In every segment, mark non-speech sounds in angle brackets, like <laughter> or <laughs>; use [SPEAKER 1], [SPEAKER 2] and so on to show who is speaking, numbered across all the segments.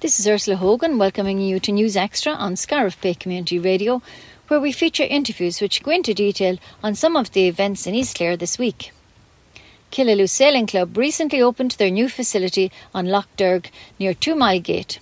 [SPEAKER 1] This is Ursula Hogan welcoming you to News Extra on Scariff Bay Community Radio, where we feature interviews which go into detail on some of the events in East Clare this week. Killaloo Sailing Club recently opened their new facility on Loch Derg near Two Mile Gate.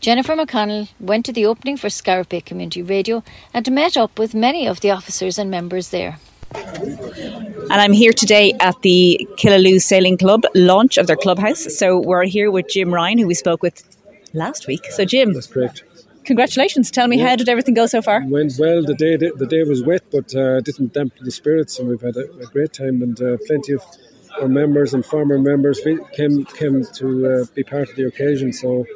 [SPEAKER 1] Jennifer McConnell went to the opening for Scariff Bay Community Radio and met up with many of the officers and members there.
[SPEAKER 2] And I'm here today at the Killaloo Sailing Club launch of their clubhouse. So we're here with Jim Ryan, who we spoke with last week. So, Jim,
[SPEAKER 3] That's correct.
[SPEAKER 2] congratulations. Tell me,
[SPEAKER 3] Yeah.
[SPEAKER 2] how did everything go so far?
[SPEAKER 3] Went well. The day the day was wet, but uh, didn't dampen the spirits, and we've had a, a great time. And uh, plenty of our members and former members fe- came came to uh, be part of the occasion. So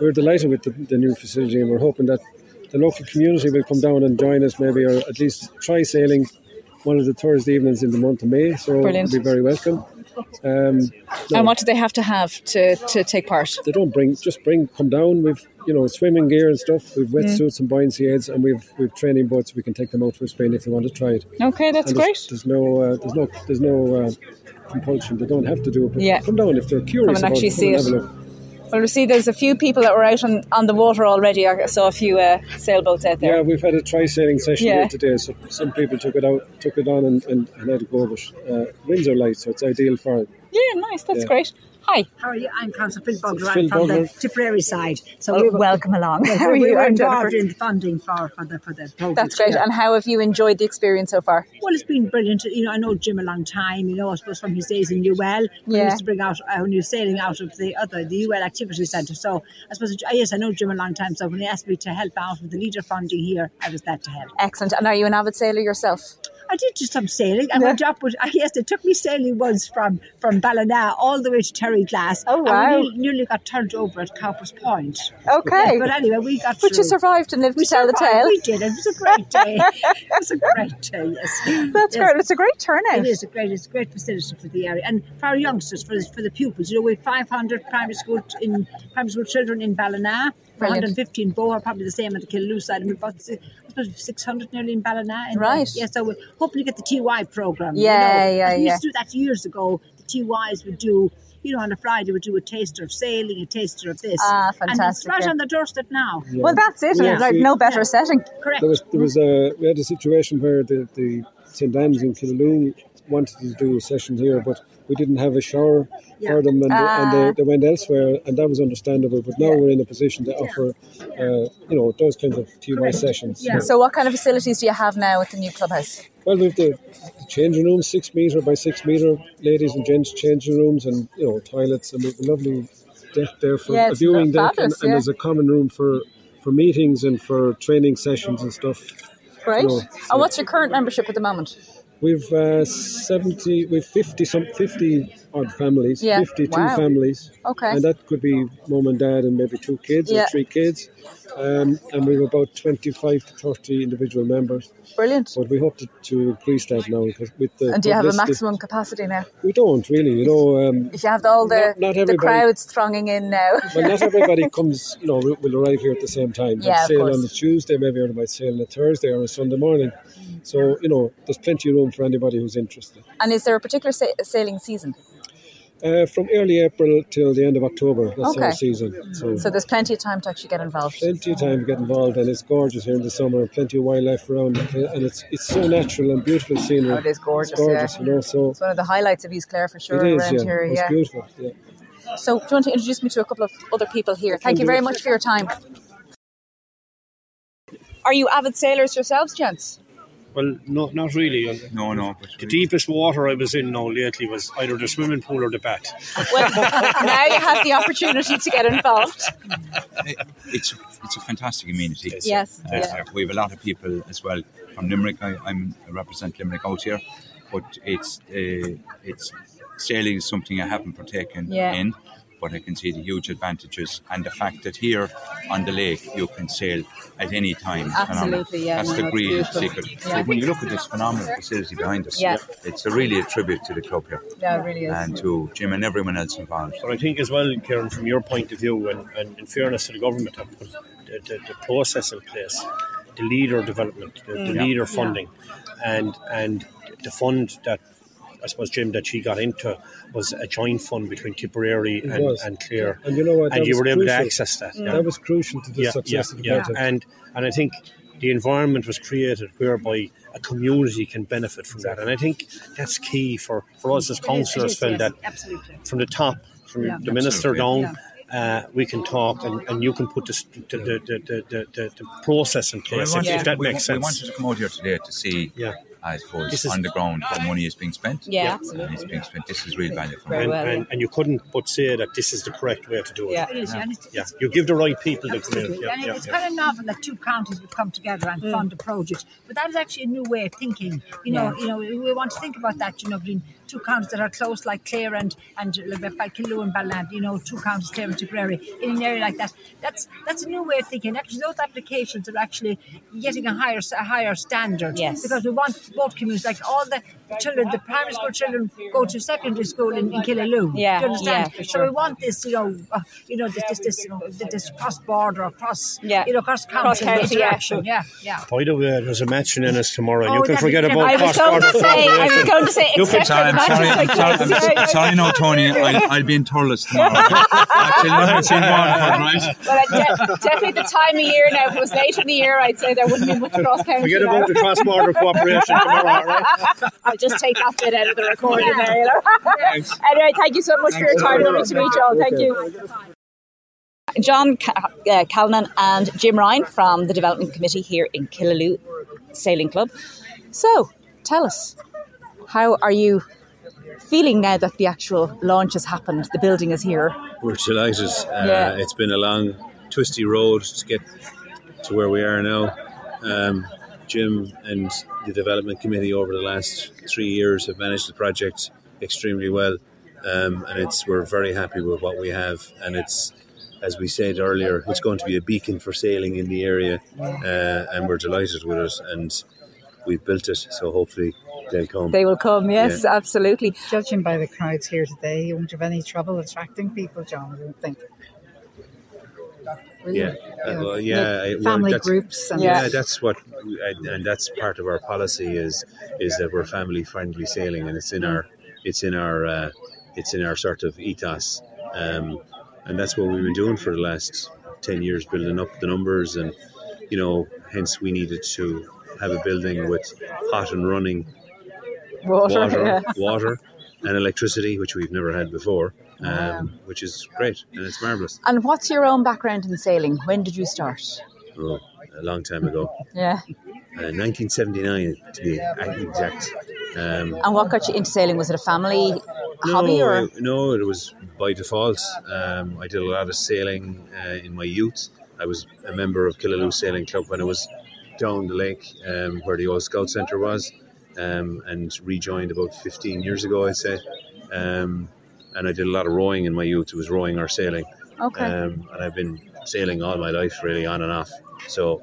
[SPEAKER 3] we're delighted with the, the new facility, and we're hoping that the local community will come down and join us, maybe, or at least try sailing one of the Thursday evenings in the month of May. So
[SPEAKER 2] Brilliant.
[SPEAKER 3] it'll be very welcome. Um, no,
[SPEAKER 2] And what do they have to have to, to take part?
[SPEAKER 3] they don't bring just bring come down with you know swimming gear and stuff with wetsuits and buoyancy aids and we've we've training boats we can take them out for a spin if they want to try it
[SPEAKER 2] Okay, that's
[SPEAKER 3] And there's,
[SPEAKER 2] great.
[SPEAKER 3] there's no uh, there's no there's no uh, compulsion they don't have to do it but
[SPEAKER 2] Yeah.
[SPEAKER 3] come down if they're curious
[SPEAKER 2] Come and
[SPEAKER 3] about
[SPEAKER 2] actually
[SPEAKER 3] it,
[SPEAKER 2] see
[SPEAKER 3] come and
[SPEAKER 2] it.
[SPEAKER 3] have a look.
[SPEAKER 2] Well, we see there's a few people that were out on, on the water already. I saw a few uh, sailboats out there.
[SPEAKER 3] yeah we've had a tri sailing session
[SPEAKER 2] Yeah.
[SPEAKER 3] here today so some people took it out took it on and, and, and had a go but uh, winds are light so it's ideal for it
[SPEAKER 2] Yeah, nice. That's
[SPEAKER 3] Yeah.
[SPEAKER 2] great. Hi.
[SPEAKER 4] How are you? I'm Councillor Phil Bogler.
[SPEAKER 3] Phil
[SPEAKER 4] I'm from
[SPEAKER 3] Bogler.
[SPEAKER 4] the Tipperary side. So
[SPEAKER 2] Well,
[SPEAKER 4] we were,
[SPEAKER 2] welcome along. How are
[SPEAKER 4] we
[SPEAKER 2] you?
[SPEAKER 4] were
[SPEAKER 2] I'm
[SPEAKER 4] involved
[SPEAKER 2] Jennifer.
[SPEAKER 4] in the funding for, for the for the program.
[SPEAKER 2] That's great.
[SPEAKER 4] Yeah.
[SPEAKER 2] And how have you enjoyed the experience so far?
[SPEAKER 4] well, it's been brilliant. You know, I know Jim a long time. You know, I suppose from his days in UL, when
[SPEAKER 2] Yeah.
[SPEAKER 4] he used to bring out uh, when he was sailing out of the other the UL activity centre. So I suppose uh, yes, I know Jim a long time. So when he asked me to help out with the leader funding here, I was glad to help.
[SPEAKER 2] Excellent. And are you an avid sailor yourself?
[SPEAKER 4] I did do some sailing. I went up with, <laughs> uh, yes, they took me sailing once from, from Ballina all the way to Terry Glass.
[SPEAKER 2] Oh,
[SPEAKER 4] And
[SPEAKER 2] wow.
[SPEAKER 4] we nearly, nearly got turned over at Cowper's Point.
[SPEAKER 2] Okay.
[SPEAKER 4] But anyway, we got
[SPEAKER 2] But you
[SPEAKER 4] through.
[SPEAKER 2] survived and lived to tell the
[SPEAKER 4] survived.
[SPEAKER 2] tale.
[SPEAKER 4] We did. It was a great day. it was a great day, yes. Yes.
[SPEAKER 2] That's great. It's a great turnout.
[SPEAKER 4] It is a great, it's a great facility for the area and for our youngsters, for the, for the pupils. You know, we have 500 primary school t- in primary school children in Ballina,
[SPEAKER 2] Brilliant.
[SPEAKER 4] 115 Boer, probably the same at the Killaloo side, and we've got si- I suppose we've 600 nearly in Ballina. And
[SPEAKER 2] Right.
[SPEAKER 4] Yeah, so we're hoping to get the TY program.
[SPEAKER 2] Yeah,
[SPEAKER 4] you know.
[SPEAKER 2] yeah,
[SPEAKER 4] We
[SPEAKER 2] yeah.
[SPEAKER 4] used to do that years ago. The TYs would do. You know, on a Friday we do a taster of sailing, a taster of this.
[SPEAKER 2] Ah,
[SPEAKER 4] And it's
[SPEAKER 2] fantastic,
[SPEAKER 4] right
[SPEAKER 2] yeah.
[SPEAKER 4] on the doorstep now.
[SPEAKER 2] Well, that's it.
[SPEAKER 3] Yeah.
[SPEAKER 2] Like no better setting.
[SPEAKER 4] Correct.
[SPEAKER 3] There was there was a we had a situation where the, the St Anne's in Killaloe wanted to do a session here, but we didn't have a shower
[SPEAKER 4] Yeah. Uh,
[SPEAKER 3] for them, and, they,
[SPEAKER 2] Ah.
[SPEAKER 3] and they, they went elsewhere, and that was understandable. But now we're in a position to offer, uh, you know, those kinds of TY sessions.
[SPEAKER 4] Yeah.
[SPEAKER 2] So, what kind of facilities do you have now at the new clubhouse?
[SPEAKER 3] Well, we've the, the changing rooms, six meter by six meter, ladies and gents changing rooms, and you know toilets, and we've a lovely deck there for
[SPEAKER 2] Yeah,
[SPEAKER 3] a
[SPEAKER 2] it's
[SPEAKER 3] viewing deck, and,
[SPEAKER 2] fabulous,
[SPEAKER 3] and
[SPEAKER 2] yeah.
[SPEAKER 3] there's a common room for for meetings and for training sessions and stuff.
[SPEAKER 2] Great.
[SPEAKER 3] No,
[SPEAKER 2] and what's your current membership at the moment?
[SPEAKER 3] We've uh, seventy, we've fifty some, fifty odd families,
[SPEAKER 2] Yeah.
[SPEAKER 3] fifty-two
[SPEAKER 2] Wow.
[SPEAKER 3] families,
[SPEAKER 2] Okay.
[SPEAKER 3] and that could be mom and dad and maybe two kids
[SPEAKER 2] Yeah.
[SPEAKER 3] or three kids, um, and we've about twenty-five to thirty individual members.
[SPEAKER 2] Brilliant.
[SPEAKER 3] But we hope to, to increase that now because with the
[SPEAKER 2] And do you have a
[SPEAKER 3] publicity-
[SPEAKER 2] maximum capacity now?
[SPEAKER 3] We don't really, you know. Um,
[SPEAKER 2] If you have all the,
[SPEAKER 3] Not- not
[SPEAKER 2] the
[SPEAKER 3] everybody.
[SPEAKER 2] crowds thronging in now.
[SPEAKER 3] well, not everybody comes, you know, will- will arrive here at the same time. They
[SPEAKER 2] Yeah, of
[SPEAKER 3] sail
[SPEAKER 2] course.
[SPEAKER 3] on the Tuesday, maybe or they might sail on a Thursday or a Sunday morning. So, you know, there's plenty of room for anybody who's interested.
[SPEAKER 2] <laughs> And is there a particular sa- sailing season?
[SPEAKER 3] Uh, from early April till the end of October, that's
[SPEAKER 2] Okay. Mm.
[SPEAKER 3] our season. So,
[SPEAKER 2] So there's plenty of time to actually get involved.
[SPEAKER 3] plenty of time to get involved, and it's gorgeous here in the summer, plenty of wildlife around, uh, and it's it's so natural and beautiful scenery.
[SPEAKER 2] Oh, it is gorgeous,
[SPEAKER 3] It's gorgeous,
[SPEAKER 2] yeah.
[SPEAKER 3] you know, so
[SPEAKER 2] It's one of the highlights of East Clare for sure
[SPEAKER 3] it is,
[SPEAKER 2] around
[SPEAKER 3] yeah.
[SPEAKER 2] here.
[SPEAKER 3] It's
[SPEAKER 2] yeah.
[SPEAKER 3] beautiful, yeah.
[SPEAKER 2] So do you want to introduce me to a couple of other people here? Thank you very much for your time. Are you avid sailors yourselves, gents? <laughs>
[SPEAKER 5] Well, no, not really.
[SPEAKER 6] No, no. But
[SPEAKER 5] The deepest water I was in now lately was either the swimming pool or the bath.
[SPEAKER 2] Well, now you have the opportunity to get involved.
[SPEAKER 6] it's it's a fantastic amenity.
[SPEAKER 2] Yes.
[SPEAKER 6] Uh,
[SPEAKER 2] Yeah.
[SPEAKER 6] We have a lot of people as well from Limerick. I, I'm I represent Limerick out here, but it's uh, it's sailing is something I haven't partaken
[SPEAKER 2] Yeah.
[SPEAKER 6] in, but I can see the huge advantages and the fact that here on the lake you can sail at any time. phenomenal.
[SPEAKER 2] Absolutely, yeah,
[SPEAKER 6] That's
[SPEAKER 2] no,
[SPEAKER 6] the
[SPEAKER 2] it's
[SPEAKER 6] real
[SPEAKER 2] beautiful.
[SPEAKER 6] secret.
[SPEAKER 2] Yeah.
[SPEAKER 6] Like, when you look at this phenomenal facility behind us,
[SPEAKER 2] Yeah.
[SPEAKER 6] it's a really a tribute to the club here
[SPEAKER 2] No, it really is.
[SPEAKER 6] and to Jim and everyone else involved.
[SPEAKER 5] But I think as well, Karen, from your point of view, and, and in fairness to the government, have put the, the, the process in place, the
[SPEAKER 6] Mm.
[SPEAKER 5] leader development, the, the leader funding, and and the fund that I suppose, Jim, that she got into was a joint fund between Tipperary
[SPEAKER 3] It
[SPEAKER 5] and,
[SPEAKER 3] was.
[SPEAKER 5] and Clare.
[SPEAKER 3] And you know what?
[SPEAKER 5] And
[SPEAKER 3] That
[SPEAKER 5] you
[SPEAKER 3] was
[SPEAKER 5] were able to
[SPEAKER 3] crucial. Mm.
[SPEAKER 5] access that.
[SPEAKER 2] Mm.
[SPEAKER 5] yeah.
[SPEAKER 3] That was crucial to the success of the project.
[SPEAKER 5] And and I think the environment was created whereby a community can benefit from that. And I think that's key for, for us as councillors, Phil, that
[SPEAKER 4] absolutely.
[SPEAKER 5] from the top, from
[SPEAKER 4] Yeah.
[SPEAKER 5] the minister
[SPEAKER 6] Absolutely.
[SPEAKER 5] down, uh, we can talk and, and you can put this, the, the, the, the, the, the, the process in
[SPEAKER 6] Well, I
[SPEAKER 5] place, if,
[SPEAKER 6] wanted-
[SPEAKER 5] if that
[SPEAKER 6] we,
[SPEAKER 5] makes
[SPEAKER 6] we
[SPEAKER 5] sense.
[SPEAKER 6] wanted to come out here today to see,
[SPEAKER 5] Yeah.
[SPEAKER 6] I suppose,
[SPEAKER 5] This is-
[SPEAKER 6] on the ground how money is being spent.
[SPEAKER 2] Yeah,
[SPEAKER 6] And
[SPEAKER 2] absolutely.
[SPEAKER 6] it's being spent. This is real value for
[SPEAKER 2] Very
[SPEAKER 6] money.
[SPEAKER 5] And,
[SPEAKER 2] well,
[SPEAKER 5] and, and you couldn't but say that this is the correct way to do it.
[SPEAKER 2] Yeah.
[SPEAKER 4] It is, and it's,
[SPEAKER 5] Yeah. You give the right people the
[SPEAKER 4] Absolutely.
[SPEAKER 5] community. Yeah,
[SPEAKER 4] and
[SPEAKER 5] yeah,
[SPEAKER 4] it's
[SPEAKER 5] yeah.
[SPEAKER 4] kind of novel that two counties would come together
[SPEAKER 2] Mm.
[SPEAKER 4] and fund a project. But that is actually a new way of thinking. You know,
[SPEAKER 2] Yeah.
[SPEAKER 4] you know, we, we want to think about that. You know, between two counties that are close, like Clare and and Killu and Balland. You know, two counties, Clare and Tipperary, in an area like that. That's that's a new way of thinking. Actually, those applications are actually getting a higher a higher standard.
[SPEAKER 2] Yes.
[SPEAKER 4] Because we want both communities, like all the children, the primary school children go to secondary school in, in Killaloo.
[SPEAKER 2] Yeah,
[SPEAKER 4] Do you understand?
[SPEAKER 2] yeah, for
[SPEAKER 4] So we want this, you know, uh, you know, this this this, this, this cross border, cross,
[SPEAKER 2] Yeah.
[SPEAKER 4] you know, cross
[SPEAKER 2] Cross
[SPEAKER 4] county
[SPEAKER 2] county, yeah.
[SPEAKER 4] interaction. Yeah, yeah.
[SPEAKER 5] By the way, uh, there's a match in Ennis tomorrow. and
[SPEAKER 4] Oh,
[SPEAKER 5] you can
[SPEAKER 4] that-
[SPEAKER 5] forget
[SPEAKER 4] I
[SPEAKER 5] about
[SPEAKER 2] I was going to
[SPEAKER 5] cross-border
[SPEAKER 2] say, I was
[SPEAKER 5] collaboration.
[SPEAKER 2] going to say,
[SPEAKER 5] You
[SPEAKER 2] except for the
[SPEAKER 6] Sorry, I'm sorry, I'm
[SPEAKER 2] matches,
[SPEAKER 6] sorry,
[SPEAKER 2] like, <laughs>
[SPEAKER 6] I'm
[SPEAKER 2] yes,
[SPEAKER 6] sorry,
[SPEAKER 2] yeah, yeah.
[SPEAKER 6] no, Tony. I'll, I'll be in Turles
[SPEAKER 2] <laughs>
[SPEAKER 6] tomorrow. I'll tell you- I'll tell you what, right?
[SPEAKER 2] Well, I de- definitely the time of year now. If it was later in the year, I'd say there wouldn't be much cross county.
[SPEAKER 5] Forget about the cross-border
[SPEAKER 2] <laughs>
[SPEAKER 5] cooperation tomorrow, all right?
[SPEAKER 2] I'll just take that bit out of the recording there. You know? <laughs> anyway, thank you so much for your time. Lovely to meet you all. Thank you. John Ca- uh, Callanan and Jim Ryan from the Development Committee here in Killaloo Sailing Club. So, tell us, how are you feeling now that the actual launch has happened? The building is here.
[SPEAKER 7] We're delighted. Uh,
[SPEAKER 2] Yeah.
[SPEAKER 7] It's been a long, twisty road to get to where we are now. Um, Jim and the development committee over the last three years have managed the project extremely well, um, and it's we're very happy with what we have. And it's, as we said earlier, it's going to be a beacon for sailing in the area, uh, and we're delighted with it. And we've built it, so hopefully they'll come.
[SPEAKER 2] They will come, yes, absolutely.
[SPEAKER 8] Judging by the crowds here today, you won't have any trouble attracting people, John. I don't think. Will you?
[SPEAKER 7] yeah,
[SPEAKER 8] You
[SPEAKER 7] Uh,
[SPEAKER 8] know,
[SPEAKER 7] well, yeah. it- well,
[SPEAKER 8] family
[SPEAKER 7] that's-
[SPEAKER 8] groups and
[SPEAKER 7] yeah,
[SPEAKER 2] Yeah.
[SPEAKER 7] that's what we- and, and that's part of our policy is is that we're family friendly sailing and it's in our it's in our uh, it's in our sort of ethos um, and that's what we've been doing for the last 10 years building up the numbers and you know hence we needed to have a building with hot and running
[SPEAKER 2] Water.
[SPEAKER 7] water
[SPEAKER 2] yeah.
[SPEAKER 7] <laughs> water and electricity which we've never had before um, which is great and it's marvelous
[SPEAKER 2] And what's your own background in sailing? When did you start?
[SPEAKER 7] oh, a long time ago
[SPEAKER 2] Yeah.
[SPEAKER 7] uh, 1979 to be exact um,
[SPEAKER 2] And what got you into sailing? Was it a family hobby
[SPEAKER 7] no,
[SPEAKER 2] or?
[SPEAKER 3] Oh,
[SPEAKER 7] I- no, it was by default. Um, I did a lot of sailing uh, in my youth. I was a member of Killaloo Sailing Club when I was down the lake um, where the old Scout Centre was um, and rejoined about 15 years ago, I'd say. Um, and I did a lot of rowing in my youth. It was rowing or sailing.
[SPEAKER 2] okay.
[SPEAKER 7] Um, and I've been sailing all my life, really, on and off. So,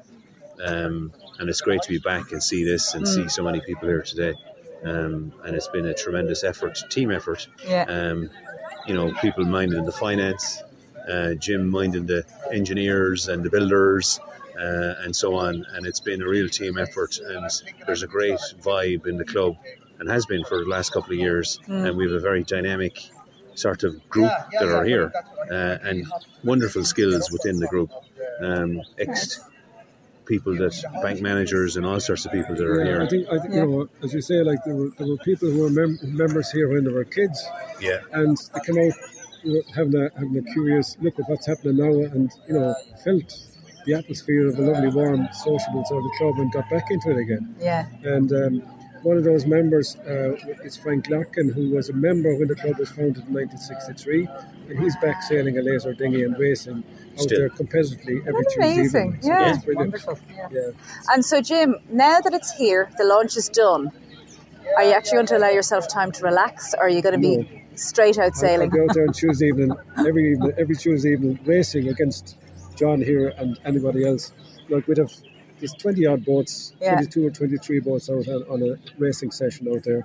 [SPEAKER 7] um, and it's great to be back and see this and see so many people here today. Um, and it's been a tremendous effort, team effort.
[SPEAKER 2] Yeah.
[SPEAKER 3] Uh,
[SPEAKER 7] Um, you know, people minding the finance, uh, Jim minding the engineers and the builders. Uh, and so on, and it's been a real team effort, and there's a great vibe in the club, and has been for the last couple of years. And we have a very dynamic sort of group that are here uh, and wonderful skills within the group. Um, ex people that bank managers and all sorts of people that are
[SPEAKER 3] Yeah, I
[SPEAKER 7] here.
[SPEAKER 3] think, I think you know, as you say, like there were, there were people who were mem- members here when they were kids,
[SPEAKER 7] Yeah,
[SPEAKER 3] and they came out you know, having a having a curious look at what's happening now, and you know, felt the atmosphere of a lovely, warm, sociable sort of club, and got back into it again.
[SPEAKER 2] yeah.
[SPEAKER 3] And um, one of those members uh, is Frank Larkin, who was a member when the club was founded in 1963, and he's back sailing a laser dinghy and racing out
[SPEAKER 7] Still.
[SPEAKER 3] there competitively every
[SPEAKER 2] That's
[SPEAKER 3] Tuesday
[SPEAKER 2] amazing.
[SPEAKER 3] evening. So
[SPEAKER 2] Yeah.
[SPEAKER 3] that's brilliant. Yeah.
[SPEAKER 2] And so, Jim, now that it's here, the launch is done. Are you actually going to allow yourself time to relax, or are you going to be straight out
[SPEAKER 3] I'll, I'll
[SPEAKER 2] sailing?
[SPEAKER 3] be out there on Tuesday evening, every evening, every Tuesday evening, racing against John here and anybody else. Like we'd have there's 20 odd boats,
[SPEAKER 2] Yeah.
[SPEAKER 3] 22 or 23 boats out on, on a racing session out there.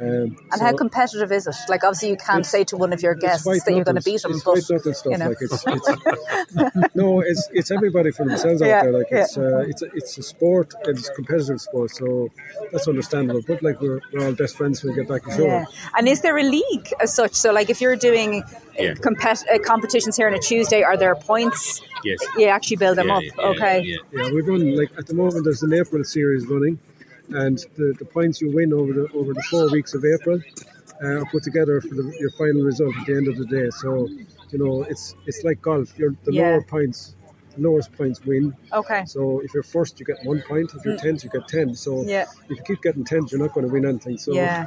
[SPEAKER 3] Um,
[SPEAKER 2] And
[SPEAKER 3] so
[SPEAKER 2] how competitive is it? Like, obviously, you can't
[SPEAKER 3] It's-
[SPEAKER 2] say to one of your
[SPEAKER 3] it's
[SPEAKER 2] guests
[SPEAKER 3] white
[SPEAKER 2] that you're going to
[SPEAKER 3] knuckles.
[SPEAKER 2] beat them,
[SPEAKER 3] It's
[SPEAKER 2] but
[SPEAKER 3] white knuckles stuff.
[SPEAKER 2] you know.
[SPEAKER 3] Like it's, it's <laughs> no, it's it's everybody for themselves
[SPEAKER 2] Yeah,
[SPEAKER 3] out there. Like
[SPEAKER 2] yeah.
[SPEAKER 3] it's uh, it's a, it's a sport. It's a competitive sport, so that's understandable. But like we're, we're all best friends when we get back to shore.
[SPEAKER 2] yeah. And is there a league as such? So, like, if you're doing uh,
[SPEAKER 7] Yeah.
[SPEAKER 2] compet- uh, competitions here on a Tuesday, are there points?
[SPEAKER 7] Yes.
[SPEAKER 2] You actually build them
[SPEAKER 7] Yeah,
[SPEAKER 2] up.
[SPEAKER 7] yeah,
[SPEAKER 2] okay.
[SPEAKER 7] yeah.
[SPEAKER 3] Yeah, we've run like at the moment. There's an April series running, and the, the points you win over the over the four weeks of April uh, are put together for the, your final result at the end of the day. So you know it's it's like golf. You're, the
[SPEAKER 2] Yeah.
[SPEAKER 3] lower points, the lowest points win.
[SPEAKER 2] Okay. Mm.
[SPEAKER 3] So if you're first, you get one point. If you're tenth, you get ten. So
[SPEAKER 2] Yeah.
[SPEAKER 3] if you keep getting tenth, you're not going to win anything. So
[SPEAKER 2] Yeah.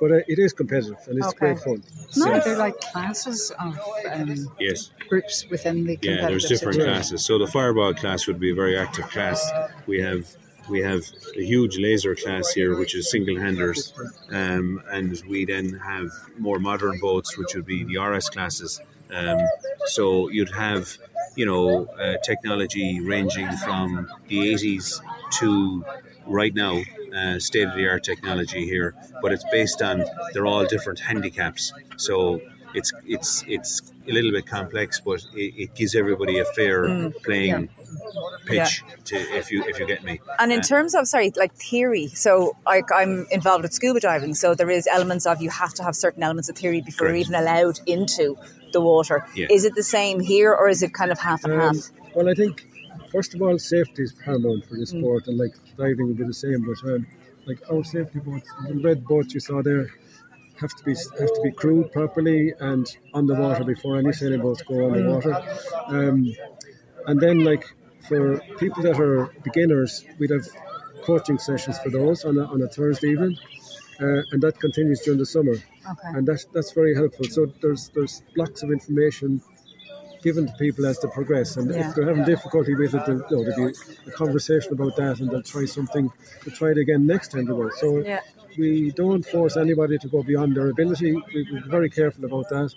[SPEAKER 3] but uh, it is competitive and it's
[SPEAKER 2] Okay.
[SPEAKER 3] great fun.
[SPEAKER 8] So
[SPEAKER 2] Nice.
[SPEAKER 8] they're like classes of um,
[SPEAKER 7] Yes.
[SPEAKER 8] groups within the
[SPEAKER 7] Yeah, there's
[SPEAKER 8] competitive
[SPEAKER 7] different
[SPEAKER 8] situation.
[SPEAKER 7] classes. So the fireball class would be a very active class. We have we have a huge laser class here, which is single handers, um, and we then have more modern boats, which would be the RS classes. Um, so you'd have you know uh, technology ranging from the 80s to right now uh, state of the art technology here, but it's based on they're all different handicaps. So it's it's it's a little bit complex, but it, it gives everybody a fair
[SPEAKER 2] Mm.
[SPEAKER 7] playing pitch. To if you if you get me,
[SPEAKER 2] And in
[SPEAKER 7] Uh,
[SPEAKER 2] terms of sorry, like theory, so like I'm involved with scuba diving, so there is elements of you have to have certain elements of theory before
[SPEAKER 7] Correct.
[SPEAKER 2] you're even allowed into the water.
[SPEAKER 7] Yeah.
[SPEAKER 2] Is it the same here, or is it kind of half and half? Mm.
[SPEAKER 3] Um, well, I think first of all, safety is paramount for this sport, and like diving will be the same. But um, like our safety boats, the red boats you saw there, have to be have to be crewed properly and on the water before any sailing boats go on the
[SPEAKER 2] Mm.
[SPEAKER 3] water. Um, and then like for people that are beginners, we'd have coaching sessions for those on a, on a Thursday evening, uh, and that continues during the summer.
[SPEAKER 2] Okay.
[SPEAKER 3] and that, that's very helpful. So there's there's blocks of information given to people as they progress, and
[SPEAKER 2] Yeah.
[SPEAKER 3] if they're having difficulty with it, they'll, no, there'll be a conversation about that, and they'll try something, they'll try it again next time they go. So
[SPEAKER 2] Yeah.
[SPEAKER 3] we don't force anybody to go beyond their ability. We, we're very careful about that,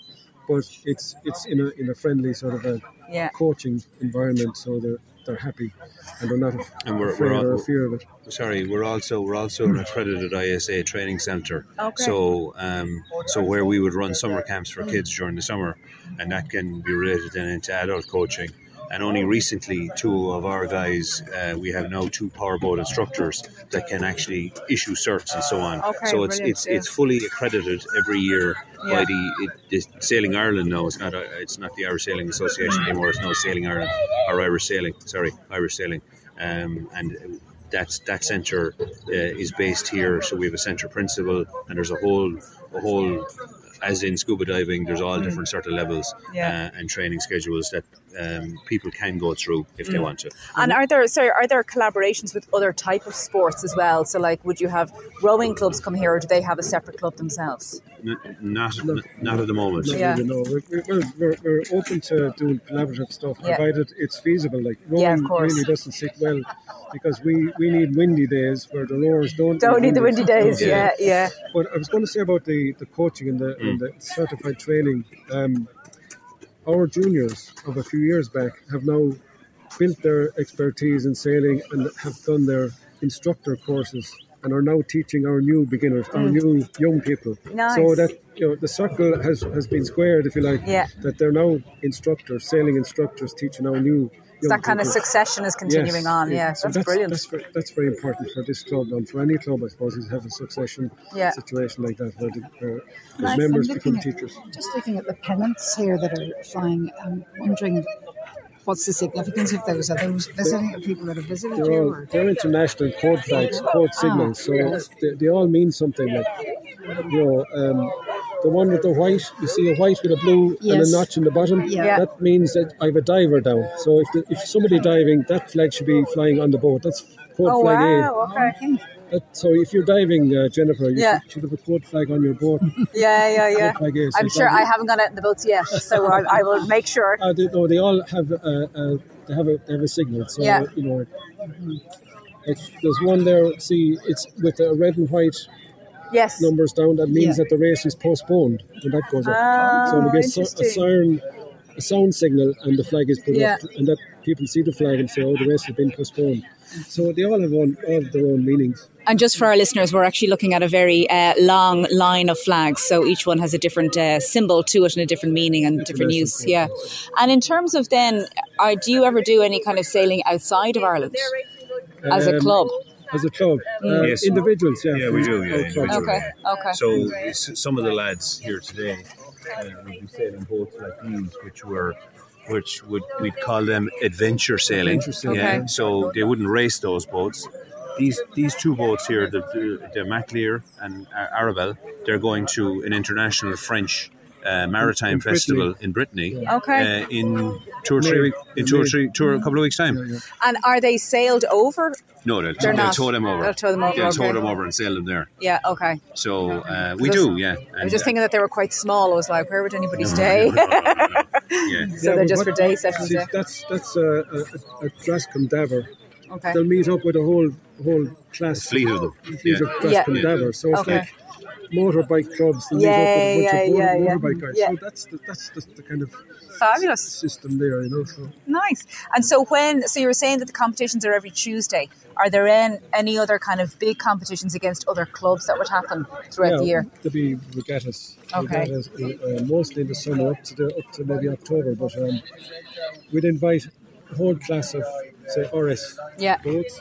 [SPEAKER 3] but it's it's in a in a friendly sort of a
[SPEAKER 2] Yeah.
[SPEAKER 3] coaching environment, so they're they're happy and they're not af-
[SPEAKER 7] And we're-
[SPEAKER 3] afraid
[SPEAKER 7] we're all-
[SPEAKER 3] or fear of it.
[SPEAKER 7] sorry, we're also we're also an accredited ISA training center.
[SPEAKER 2] Okay.
[SPEAKER 7] So um, so where we would run summer camps for kids during the summer, and that can be related then into adult coaching. And only recently, two of our guys, uh, we have now two powerboat instructors that can actually issue certs and so on.
[SPEAKER 2] Okay,
[SPEAKER 7] so it's
[SPEAKER 2] brilliant,
[SPEAKER 7] it's
[SPEAKER 2] yeah.
[SPEAKER 7] it's fully accredited every year
[SPEAKER 2] Yeah.
[SPEAKER 7] by the, it, the Sailing Ireland. Now it's not a, it's not the Irish Sailing Association anymore. It's now Sailing Ireland or Irish Sailing. Sorry, Irish Sailing. Um, and that's that centre uh, is based here. So we have a centre principal, and there's a whole a whole as in scuba diving. There's all different sort of levels
[SPEAKER 2] Mm. Yeah.
[SPEAKER 7] uh, and training schedules that um, people can go through if
[SPEAKER 2] Mm.
[SPEAKER 7] they want to.
[SPEAKER 2] And are there sorry, are there collaborations with other type of sports as well? So like, would you have rowing clubs come here, or do they have a separate club themselves?
[SPEAKER 7] N- not not at the moment.
[SPEAKER 3] Not
[SPEAKER 2] Yeah.
[SPEAKER 3] really, no. We're, we're, we're, we're open to doing collaborative stuff,
[SPEAKER 2] Yeah.
[SPEAKER 3] provided it's feasible. Like rowing
[SPEAKER 2] Yeah, of course.
[SPEAKER 3] really doesn't sit well because we, we need windy days where the rowers don't.
[SPEAKER 2] Don't need the windy days. Yeah,
[SPEAKER 7] Yeah.
[SPEAKER 2] yeah,
[SPEAKER 3] But I was going to say about the, the coaching and the, and the certified training. Um, our juniors of a few years back have now built their expertise in sailing and have done their instructor courses and are now teaching our new beginners, our new young people. So
[SPEAKER 2] Mm. Nice.
[SPEAKER 3] that you know the circle has, has been squared, if you like.
[SPEAKER 2] Yeah.
[SPEAKER 3] That they're now instructors, sailing instructors, teaching our new.
[SPEAKER 2] So
[SPEAKER 3] young
[SPEAKER 2] that kind of
[SPEAKER 3] people.
[SPEAKER 2] succession is continuing
[SPEAKER 3] Yes,
[SPEAKER 2] on. Yeah,
[SPEAKER 3] so
[SPEAKER 2] that's, brilliant.
[SPEAKER 3] That's very, that's very important for this club and for any club, I suppose, is to have a succession
[SPEAKER 2] Yeah.
[SPEAKER 3] situation like that where, the, where the
[SPEAKER 8] Nice.
[SPEAKER 3] members
[SPEAKER 8] I'm
[SPEAKER 3] become
[SPEAKER 8] looking at-
[SPEAKER 3] teachers.
[SPEAKER 8] Just looking at the pennants here that are flying, I'm wondering what's the significance of those? Are those visiting people that have visited
[SPEAKER 3] They're
[SPEAKER 8] you?
[SPEAKER 3] all
[SPEAKER 8] Or?
[SPEAKER 3] they're international code flags, code signals, so they, they all mean something. Like you know, um, the one with the white, you see a white with a blue and
[SPEAKER 8] Yes.
[SPEAKER 3] a notch in the bottom.
[SPEAKER 8] Yeah.
[SPEAKER 3] That means that I have a diver down. So if, the, if somebody diving, that flag should be flying on the boat. That's code
[SPEAKER 2] Oh
[SPEAKER 3] flag A.
[SPEAKER 2] wow! Okay.
[SPEAKER 8] Okay.
[SPEAKER 3] That, so if you're diving, uh, Jennifer, you
[SPEAKER 2] Yeah.
[SPEAKER 3] should, should have a code flag on your boat.
[SPEAKER 2] Yeah, yeah,
[SPEAKER 3] I
[SPEAKER 2] yeah.
[SPEAKER 3] guess
[SPEAKER 2] I'm
[SPEAKER 3] it's
[SPEAKER 2] sure
[SPEAKER 3] like-
[SPEAKER 2] I haven't gone out in the boats yet, <laughs> so I, I <laughs> will make sure.
[SPEAKER 3] Uh, they, no, they all have uh, uh, they have a they have a signal. So
[SPEAKER 2] Yeah.
[SPEAKER 3] you know, like there's one there. See, it's with a red and white
[SPEAKER 2] Yes.
[SPEAKER 3] numbers down. That means
[SPEAKER 8] Yeah.
[SPEAKER 3] that the race is postponed when that goes up.
[SPEAKER 2] Ah,
[SPEAKER 3] so we get so- a
[SPEAKER 2] interesting.
[SPEAKER 3] siren, a sound signal, and the flag is put
[SPEAKER 2] Yeah.
[SPEAKER 3] up, and that people see the flag and say, oh, the race has been postponed. So they all have own, all have their own meanings.
[SPEAKER 2] And just for our listeners, we're actually looking at a very uh, long line of flags. So each one has a different uh, symbol to it and a different meaning and different use. Yeah. And in terms of then, are, do you ever do any kind of sailing outside of Ireland as a
[SPEAKER 3] Um,
[SPEAKER 2] club? Mm.
[SPEAKER 3] As a club. Uh,
[SPEAKER 7] Yes.
[SPEAKER 3] Individuals, yeah.
[SPEAKER 7] Yeah, we do.
[SPEAKER 3] Oh,
[SPEAKER 7] Yeah,
[SPEAKER 3] clubs.
[SPEAKER 7] individual,
[SPEAKER 2] Okay,
[SPEAKER 7] yeah.
[SPEAKER 2] okay.
[SPEAKER 7] So s- some of the lads here today uh, would be sailing boats like these, which were, which would we'd call them adventure sailing.
[SPEAKER 3] Adventure sailing.
[SPEAKER 7] Yeah.
[SPEAKER 2] Okay.
[SPEAKER 7] So they wouldn't race those boats. These these two boats here, the the, the Maclear and Ar- Arabel, they're going to an international French. Uh, maritime
[SPEAKER 3] In Brittany.
[SPEAKER 7] festival in Brittany
[SPEAKER 2] Okay.
[SPEAKER 7] uh, in two or three
[SPEAKER 3] May.
[SPEAKER 7] week, in two or
[SPEAKER 3] May.
[SPEAKER 7] three two or a couple of weeks time.
[SPEAKER 3] yeah.
[SPEAKER 2] And are they sailed over?
[SPEAKER 7] No, they'll,
[SPEAKER 2] They're
[SPEAKER 7] they'll
[SPEAKER 2] not.
[SPEAKER 7] tow them over.
[SPEAKER 2] They'll tow them over,
[SPEAKER 7] They'll tow
[SPEAKER 2] okay.
[SPEAKER 7] them over and sail them there.
[SPEAKER 2] Yeah, okay.
[SPEAKER 7] So uh, we
[SPEAKER 2] Just-
[SPEAKER 7] do, yeah.
[SPEAKER 2] I
[SPEAKER 7] And,
[SPEAKER 2] was just
[SPEAKER 7] uh,
[SPEAKER 2] thinking that they were quite small. I was like, where would anybody
[SPEAKER 7] No,
[SPEAKER 2] stay? <laughs>
[SPEAKER 7] no, no, no, no. yeah.
[SPEAKER 2] so
[SPEAKER 3] Yeah,
[SPEAKER 2] they're
[SPEAKER 3] but
[SPEAKER 2] just for
[SPEAKER 3] what-
[SPEAKER 2] day sessions.
[SPEAKER 3] See,
[SPEAKER 2] Yeah.
[SPEAKER 3] that's that's a, a, a class cadaver.
[SPEAKER 2] Okay.
[SPEAKER 3] They'll meet up with a whole whole class
[SPEAKER 7] fleet of them.
[SPEAKER 3] These
[SPEAKER 7] Yeah.
[SPEAKER 3] are class
[SPEAKER 2] Yeah.
[SPEAKER 3] cadaver. So it's
[SPEAKER 2] Okay.
[SPEAKER 3] like motorbike clubs. They'll
[SPEAKER 2] Yeah,
[SPEAKER 3] meet up with a bunch of
[SPEAKER 2] yeah,
[SPEAKER 3] motor,
[SPEAKER 2] yeah, yeah.
[SPEAKER 3] motorbike guys.
[SPEAKER 2] Yeah.
[SPEAKER 3] So that's the, that's the, the kind of
[SPEAKER 2] Fabulous.
[SPEAKER 3] system there, you know. So
[SPEAKER 2] Nice. And so when so you were saying that the competitions are every Tuesday. Are there an, any other kind of big competitions against other clubs that would happen throughout the year?
[SPEAKER 3] There'll be regattas.
[SPEAKER 2] Okay.
[SPEAKER 3] Regattas uh, uh, mostly in the summer, up to the, up to maybe October. But um, we'd invite a whole class of say RS
[SPEAKER 2] Yeah.
[SPEAKER 3] boats,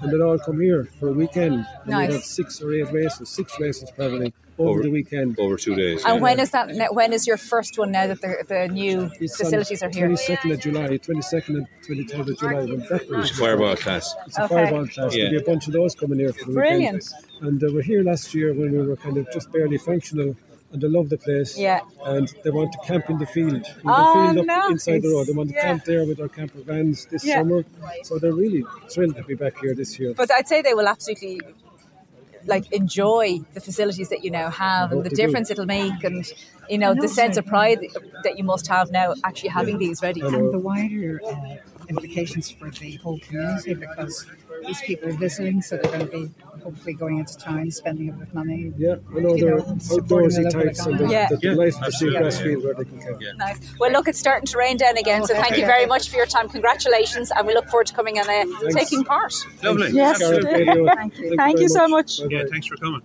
[SPEAKER 3] and they'd all come here for a weekend. And
[SPEAKER 2] Nice.
[SPEAKER 3] we'd have six or eight races, six races probably over,
[SPEAKER 7] Over-
[SPEAKER 3] the weekend.
[SPEAKER 7] Over two days.
[SPEAKER 2] And
[SPEAKER 7] yeah.
[SPEAKER 2] when is that? ne- When is your first one now that the, the new
[SPEAKER 3] It's on
[SPEAKER 2] facilities are here?
[SPEAKER 3] 22nd of July, 22nd and 23rd of July. When that
[SPEAKER 7] It's a fireball class.
[SPEAKER 3] It's a
[SPEAKER 2] Okay.
[SPEAKER 3] fireball class. There'll be
[SPEAKER 7] Yeah.
[SPEAKER 3] a bunch of those coming here for the
[SPEAKER 2] Brilliant.
[SPEAKER 3] weekend. And they were here last year when we were kind of just barely functional, and they love the place.
[SPEAKER 2] Yeah.
[SPEAKER 3] And they want to camp in the field, in
[SPEAKER 2] Oh,
[SPEAKER 3] the field up
[SPEAKER 2] nice.
[SPEAKER 3] inside the road. They want to
[SPEAKER 2] Yeah.
[SPEAKER 3] camp there with our camper vans this
[SPEAKER 2] Yeah.
[SPEAKER 3] summer. So they're really thrilled to be back here this year.
[SPEAKER 2] But I'd say they will absolutely like enjoy the facilities that you now have and the
[SPEAKER 3] They do.
[SPEAKER 2] difference it'll make and you know the
[SPEAKER 8] also-
[SPEAKER 2] sense of pride that you must have now actually having these ready.
[SPEAKER 3] I know.
[SPEAKER 8] and the wider uh, implications for the whole community because these people are visiting, so they're going to be hopefully going into town, spending a bit of money.
[SPEAKER 3] Yeah, I know
[SPEAKER 8] You
[SPEAKER 3] they're
[SPEAKER 8] know, supporting the
[SPEAKER 3] outdoorsy
[SPEAKER 8] local
[SPEAKER 3] types and they're,
[SPEAKER 8] economy.
[SPEAKER 2] Yeah.
[SPEAKER 3] they're delighted to see a
[SPEAKER 7] absolutely,
[SPEAKER 3] grass
[SPEAKER 7] yeah.
[SPEAKER 3] field where they can camp.
[SPEAKER 7] Yeah.
[SPEAKER 2] Nice. Well, look, it's starting to rain down again,
[SPEAKER 3] Oh,
[SPEAKER 2] so thank you very much for your time. Congratulations, and we look forward to coming and uh,
[SPEAKER 3] Thanks.
[SPEAKER 2] taking part.
[SPEAKER 7] Lovely.
[SPEAKER 2] Yes.
[SPEAKER 3] Gareth, Leo, Thank you.
[SPEAKER 2] Thank you
[SPEAKER 3] very
[SPEAKER 2] so much.
[SPEAKER 3] Bye-bye.
[SPEAKER 7] Yeah, thanks for coming.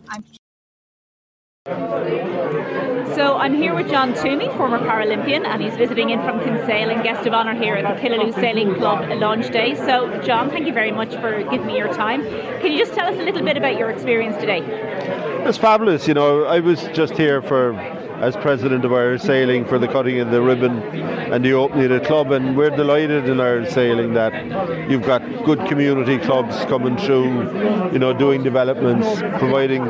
[SPEAKER 9] So I'm here with John Toomey, former Paralympian, and he's visiting in from Kinsale and guest of honour here at the Killaloo Sailing Club launch day. So, John, thank you very much for giving me your time. Can you just tell us a little bit about your experience today?
[SPEAKER 10] It's fabulous, you know. I was just here for as president of Irish Sailing for the cutting of the ribbon and the opening of the club, and we're delighted in Irish Sailing that you've got good community clubs coming through, you know, doing developments, providing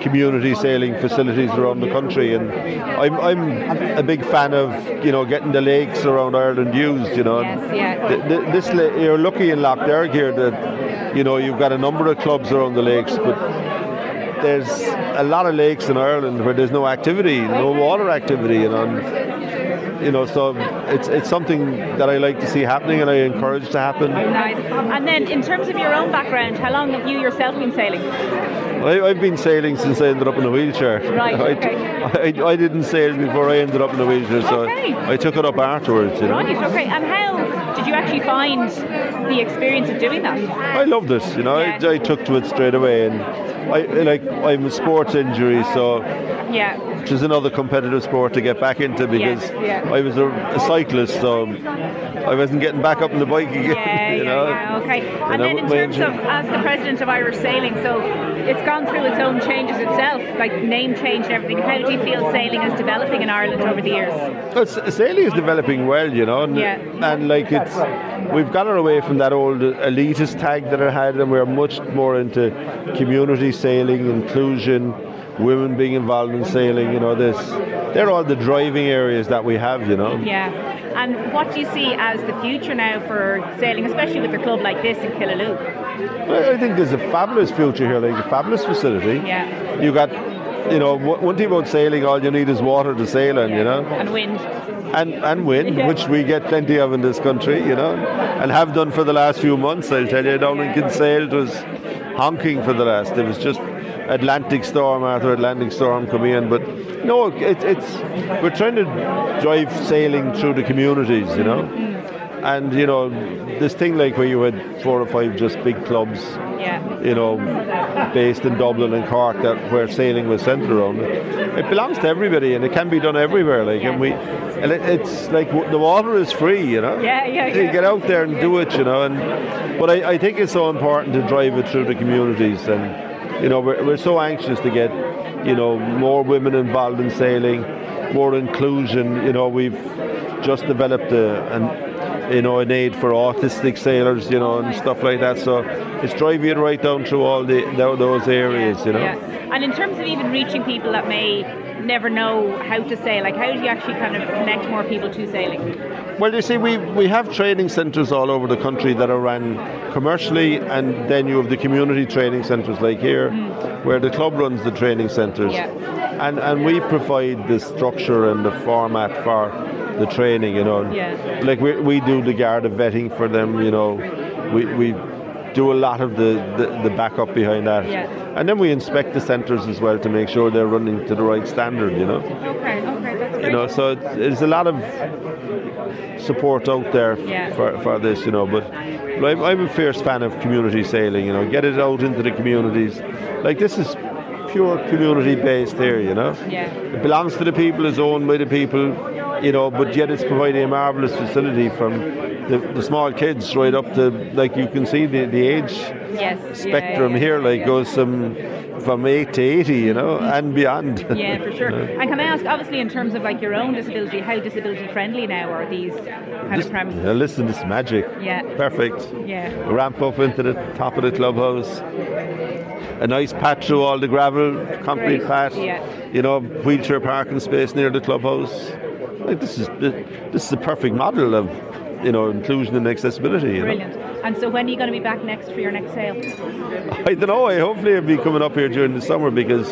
[SPEAKER 10] community sailing facilities around the country, and I'm, I'm a big fan of you know getting the lakes around Ireland used, you know. and
[SPEAKER 9] Yes, yeah.
[SPEAKER 10] th- th- this la- you're lucky in Loch Derg here that you know you've got a number of clubs around the lakes, but there's a lot of lakes in Ireland where there's no activity, no water activity, you know. And, um, you know, so it's it's something that I like to see happening, and I encourage to happen.
[SPEAKER 9] Nice. And then, in terms of your own background, how long have you yourself been sailing?
[SPEAKER 10] I, I've been sailing since I ended up in a wheelchair.
[SPEAKER 9] Right,
[SPEAKER 10] I,
[SPEAKER 9] okay.
[SPEAKER 10] I, I didn't sail before I ended up in a wheelchair, so
[SPEAKER 9] Okay.
[SPEAKER 10] I took it up afterwards. You know,
[SPEAKER 9] Right, okay. And how did you actually find the experience of doing that?
[SPEAKER 10] I loved it. You know,
[SPEAKER 9] Yeah.
[SPEAKER 10] I, I took to it straight away, and I like I'm a sports injury, so
[SPEAKER 9] Yeah,
[SPEAKER 10] which is another competitive sport to get back into because
[SPEAKER 9] Yes, yeah.
[SPEAKER 10] I was a, a cyclist, so I wasn't getting back up on the bike again. <laughs>
[SPEAKER 9] yeah,
[SPEAKER 10] you
[SPEAKER 9] yeah,
[SPEAKER 10] know?
[SPEAKER 9] yeah, okay.
[SPEAKER 10] And
[SPEAKER 9] And
[SPEAKER 10] I
[SPEAKER 9] then in
[SPEAKER 10] wouldn't
[SPEAKER 9] terms of
[SPEAKER 10] mind
[SPEAKER 9] as the president of Irish Sailing, so it's gone through its own changes itself, like name change and everything. How do you feel sailing is developing in Ireland over the years?
[SPEAKER 10] Well, s- sailing is developing well, you know, and,
[SPEAKER 9] Yeah.
[SPEAKER 10] and like it's we've gotten away from that old elitist tag that it had, and we're much more into community sailing, inclusion, women being involved in sailing. You know, this they're all the driving areas that we have, you know.
[SPEAKER 9] Yeah. And what do you see as the future now for sailing, especially with a club like this in Killaloo?
[SPEAKER 10] I I think there's a fabulous future here, like a fabulous facility.
[SPEAKER 9] Yeah.
[SPEAKER 10] You got, you know, one one thing about sailing, all you need is water to sail on, you know,
[SPEAKER 9] And wind.
[SPEAKER 10] and and wind,
[SPEAKER 9] Yeah.
[SPEAKER 10] which we get plenty of in this country, you know, and have done for the last few months. I'll tell you, down in Kinsale, it was honking for the last. It was just Atlantic storm after Atlantic storm coming in, but no,
[SPEAKER 9] Mm.
[SPEAKER 10] it, it's we're trying to drive sailing through the communities, you know. And you know, this thing like where you had four or five just big clubs,
[SPEAKER 9] Yeah.
[SPEAKER 10] you know, based in Dublin and Cork, that where sailing was centred around. It belongs to everybody, and it can be done everywhere. Like, and we, and it, it's like w- the water is free, you know.
[SPEAKER 9] Yeah, yeah,
[SPEAKER 10] You
[SPEAKER 9] yeah.
[SPEAKER 10] get out there and do it, you know. And but I, I think it's so important to drive it through the communities, and you know, we're, we're so anxious to get, you know, more women involved in sailing, more inclusion. You know, we've just developed a, an, you know, an aid for autistic sailors, you know, and stuff like that. So it's driving it right down through all the tho- those areas, you know.
[SPEAKER 9] Yeah. And in terms of even reaching people that may never know how to sail, like how do you actually kind of connect more people to sailing?
[SPEAKER 10] Well, you see, we, we have training centres all over the country that are run commercially, and then you have the community training centres like here, where the club runs the training centres.
[SPEAKER 9] Mm. Yeah.
[SPEAKER 10] And, and we provide the structure and the format for the training, you know.
[SPEAKER 9] Yeah.
[SPEAKER 10] Like we, we do the guard of vetting for them, you know. We, we do a lot of the, the, the backup behind that.
[SPEAKER 9] Yeah.
[SPEAKER 10] And then we inspect the centres as well to make sure they're running to the right standard, you know
[SPEAKER 9] Okay, okay, that's great.
[SPEAKER 10] you know so it's, there's a lot of support out there f-
[SPEAKER 9] Yeah.
[SPEAKER 10] for, for this you know but I'm, I'm a fierce fan of community sailing you know get it out into the communities like this is pure community based here you know
[SPEAKER 9] Yeah.
[SPEAKER 10] it belongs to the people it's owned by the people you know but yet it's providing a marvelous facility from the, the small kids right up to like you can see the, the age
[SPEAKER 9] yes. yeah,
[SPEAKER 10] spectrum
[SPEAKER 9] yeah,
[SPEAKER 10] here like
[SPEAKER 9] yeah.
[SPEAKER 10] goes some from 8 to 80 you
[SPEAKER 9] <laughs>
[SPEAKER 10] know and beyond
[SPEAKER 9] Yeah, for
[SPEAKER 10] <laughs>
[SPEAKER 9] sure. And can I ask, obviously, in terms of like your own disability, how disability friendly now are these kind
[SPEAKER 10] This-
[SPEAKER 9] of premises?
[SPEAKER 10] yeah, listen, this is magic.
[SPEAKER 9] Yeah.
[SPEAKER 10] Perfect.
[SPEAKER 9] Yeah.
[SPEAKER 10] Ramp up into the top of the clubhouse. A nice patch through all the gravel, concrete
[SPEAKER 9] Great,
[SPEAKER 10] patch.
[SPEAKER 9] yeah.
[SPEAKER 10] You know, wheelchair parking space near the clubhouse. Like this is the- this is the perfect model of you know inclusion and accessibility. You know?
[SPEAKER 9] Brilliant. And so, when are you going to be back next for your next sale?
[SPEAKER 10] <laughs> I don't know. I hopefully I'll be coming up here during the summer because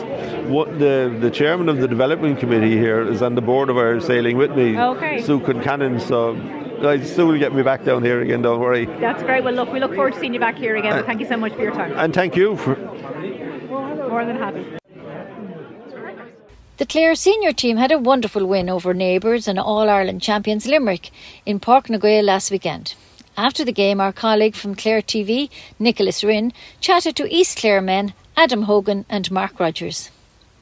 [SPEAKER 10] what the the chairman of the development committee here is on the board of our sailing with me,
[SPEAKER 9] Okay.
[SPEAKER 10] Sue Concannon. So. like, Sue will get me back down here again, don't worry.
[SPEAKER 9] That's great. Well, look, we look forward to seeing you back here again. But thank you so much for your time.
[SPEAKER 10] And thank you for
[SPEAKER 9] More than happy.
[SPEAKER 1] The Clare senior team had a wonderful win over neighbours and All Ireland champions Limerick in Park Nagoya last weekend. After the game, our colleague from Clare TV, Nicholas Rynn, chatted to East Clare men Adam Hogan and Mark Rogers.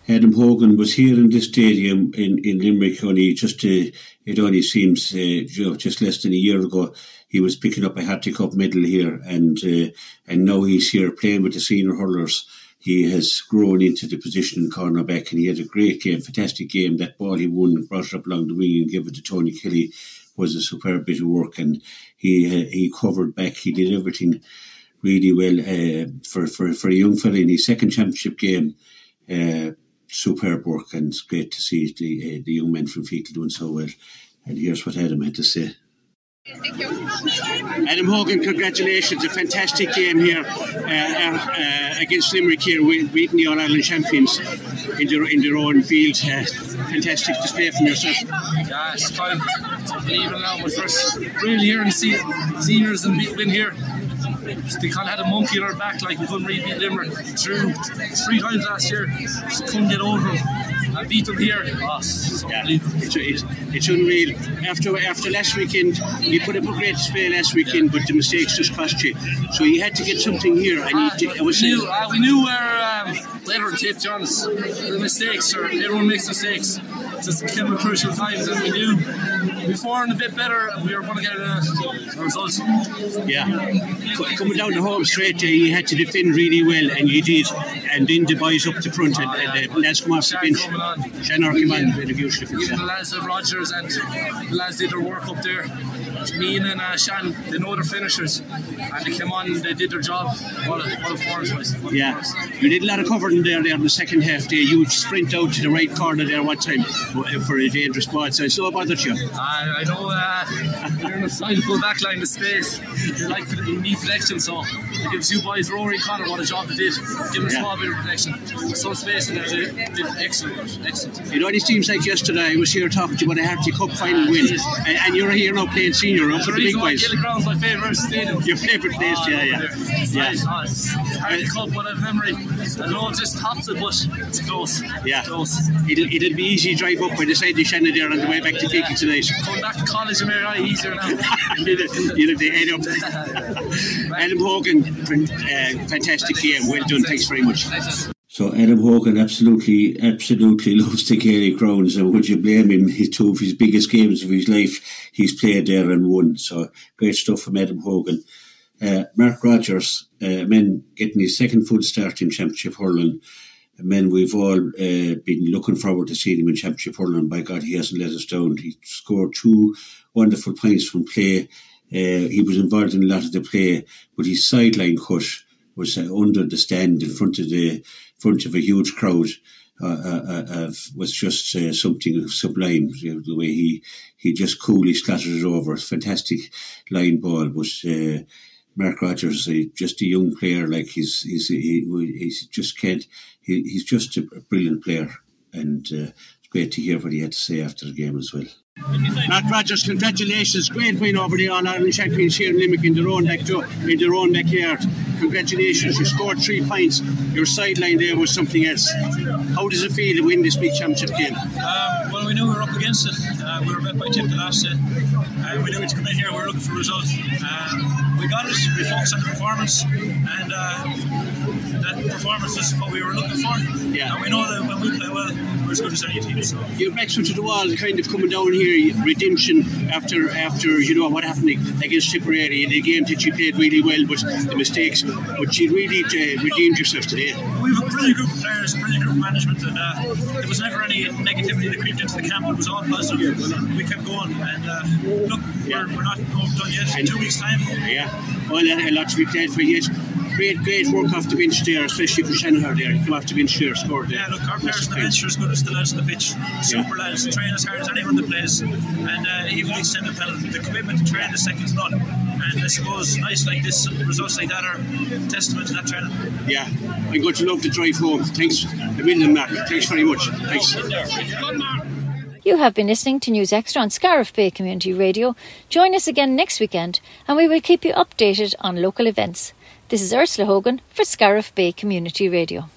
[SPEAKER 11] Adam Hogan was here in this stadium in, in Limerick only just uh, it only seems uh, you know, just less than a year ago he was picking up a Hattie Cup medal here and uh, and now he's here playing with the senior hurlers. He has grown into the position in cornerback and he had a great game, fantastic game. That ball he won, brought it up along the wing and gave it to Tony Kelly was a superb bit of work and he uh, he covered back, he did everything really well uh, for, for, for a young fella in his second championship game. Uh, superb work, and it's great to see the, uh, the young men from Fecal doing so well. And here's what Adam had to say. Adam Hogan, congratulations. A fantastic game here uh, uh, against Limerick here, wi- beating the All Ireland champions in their, in their own field. Uh, fantastic display from yourself.
[SPEAKER 12] Yeah, it's kind of believing now, but first real year and see, seniors and been here. They kind of had a monkey on our back, like we couldn't really beat Limerick through three times last year. Just couldn't get over them. And beat them here. Oh, it's
[SPEAKER 11] Yeah,
[SPEAKER 12] unbelievable.
[SPEAKER 11] it's, it's, it's unreal. After after last weekend, you put up a great display last weekend, but the mistakes just cost you. So you had to get something here, and you did, I was
[SPEAKER 12] we knew, uh, we knew where um, later tip John's the mistakes or everyone makes mistakes. Just came at crucial times, and we knew before and a bit better we were going to get uh, a, a result.
[SPEAKER 11] Yeah. Co- Coming down the home straight there, you had to defend really well, and you did. And then the boys up the front, and, and uh, lads come off the
[SPEAKER 12] Shan
[SPEAKER 11] bench.
[SPEAKER 12] coming on.
[SPEAKER 11] Shannon came on, did a beautiful
[SPEAKER 12] Even
[SPEAKER 11] defence,
[SPEAKER 12] the
[SPEAKER 11] yeah.
[SPEAKER 12] lads at Rogers and the lads did their work up there. Mean and uh, Shan, they know their finishers, and they came on and they did their job. What a, what a force was. What a
[SPEAKER 11] Yeah,
[SPEAKER 12] force.
[SPEAKER 11] you did a lot of covering there, there in the second half. There, you would sprint out to the right corner there one time for uh, for a dangerous spot. So I so bothered you.
[SPEAKER 12] I, I know uh, you're in the fine full back line to space. You like for the you need flexion, so it gives you boys Rory and Connor what a job they did. Give them a
[SPEAKER 11] Yeah.
[SPEAKER 12] small bit of protection. Some space in there, they did excellent. Excellent. Ah,
[SPEAKER 11] It only seems like yesterday I was here talking to you about a Harty Cup final win, and, and you're here now playing
[SPEAKER 13] senior room for the big
[SPEAKER 12] reason why
[SPEAKER 13] boys.
[SPEAKER 12] Killiground's my favourite stadium.
[SPEAKER 13] Your favourite place, yeah, yeah. Yeah.
[SPEAKER 12] yeah. Harry Cup, what a memory. I know it just tops it, but it's close.
[SPEAKER 13] Yeah. It'll, it'll be easy drive up by the side of Shannon there on the way back to Fiji tonight.
[SPEAKER 12] <laughs> Come back to college, I'm very easier
[SPEAKER 13] <laughs>
[SPEAKER 12] now.
[SPEAKER 13] you know, you know, they head
[SPEAKER 12] <laughs>
[SPEAKER 13] up. Adam Hogan, uh, fantastic game. Well done. Thanks very much.
[SPEAKER 11] So Adam Hogan absolutely, absolutely <laughs> loves the Kerry Crowns, and would you blame him? His two of his biggest games of his life, he's played there and won. So great stuff from Adam Hogan. Uh, Mark Rogers, uh, men getting his second full start in Championship hurling. Men, we've all uh, been looking forward to seeing him in Championship hurling. By God, he hasn't let us down. He scored two wonderful points from play. Uh, he was involved in a lot of the play, but his sideline cut was uh, under the stand in front of the front of a huge crowd. Uh, uh, uh, of- was just uh, something sublime. You know, the way he he just coolly scattered it over. Fantastic line ball, but. Uh, Mark Rogers, uh, just a young player, like he's he's he, he's just can't. He, he's just a brilliant player, and uh, it's great to hear what he had to say after the game as well.
[SPEAKER 13] Matt Rogers, congratulations. Great win over the All Ireland Champions here in Limerick in their own back door, in their own backyard. Congratulations, you scored three points. Your sideline there was something else. How does it feel to win this big championship game?
[SPEAKER 12] Um, well, we knew we were up against it. Uh, we were met by tip the last set. Uh, we knew we'd come in here. We were looking for results. Um, we got it. We focused on the performance, and uh, that performance is what we were looking for.
[SPEAKER 13] Yeah.
[SPEAKER 12] And we know that when we play well, we're as good as any team. So.
[SPEAKER 13] Your backs were to the wall, kind of coming down here, redemption after after you know what happened against Tipperary in a game that you played really well, but the mistakes. But you really uh, redeemed yourself today.
[SPEAKER 12] We have a brilliant group of players, brilliant group of management, and uh, there was never any negativity that creeped into the camp. It was all positive. We kept going, and uh, look, we're, we're not done yet. In two weeks' time,
[SPEAKER 13] Yeah, well, a a lot to be played for yet. Great, great work off the bench there, especially for Shanahan there. Come off the bench there, scored there.
[SPEAKER 12] Yeah, look, our players on the bench are as good as the lads on the pitch. Super lads, train as hard as anyone that plays. And uh, even the extended penalty, the commitment to train is second to none. And I suppose nights like this, and results like that are testament to that training.
[SPEAKER 13] Yeah, I'm going to love the drive home. Thanks a million, Mark. Thanks very much. Thanks.
[SPEAKER 1] You have been listening to News Extra on Scariff Bay Community Radio. Join us again next weekend and we will keep you updated on local events. This is Ursula Hogan for Scariff Bay Community Radio.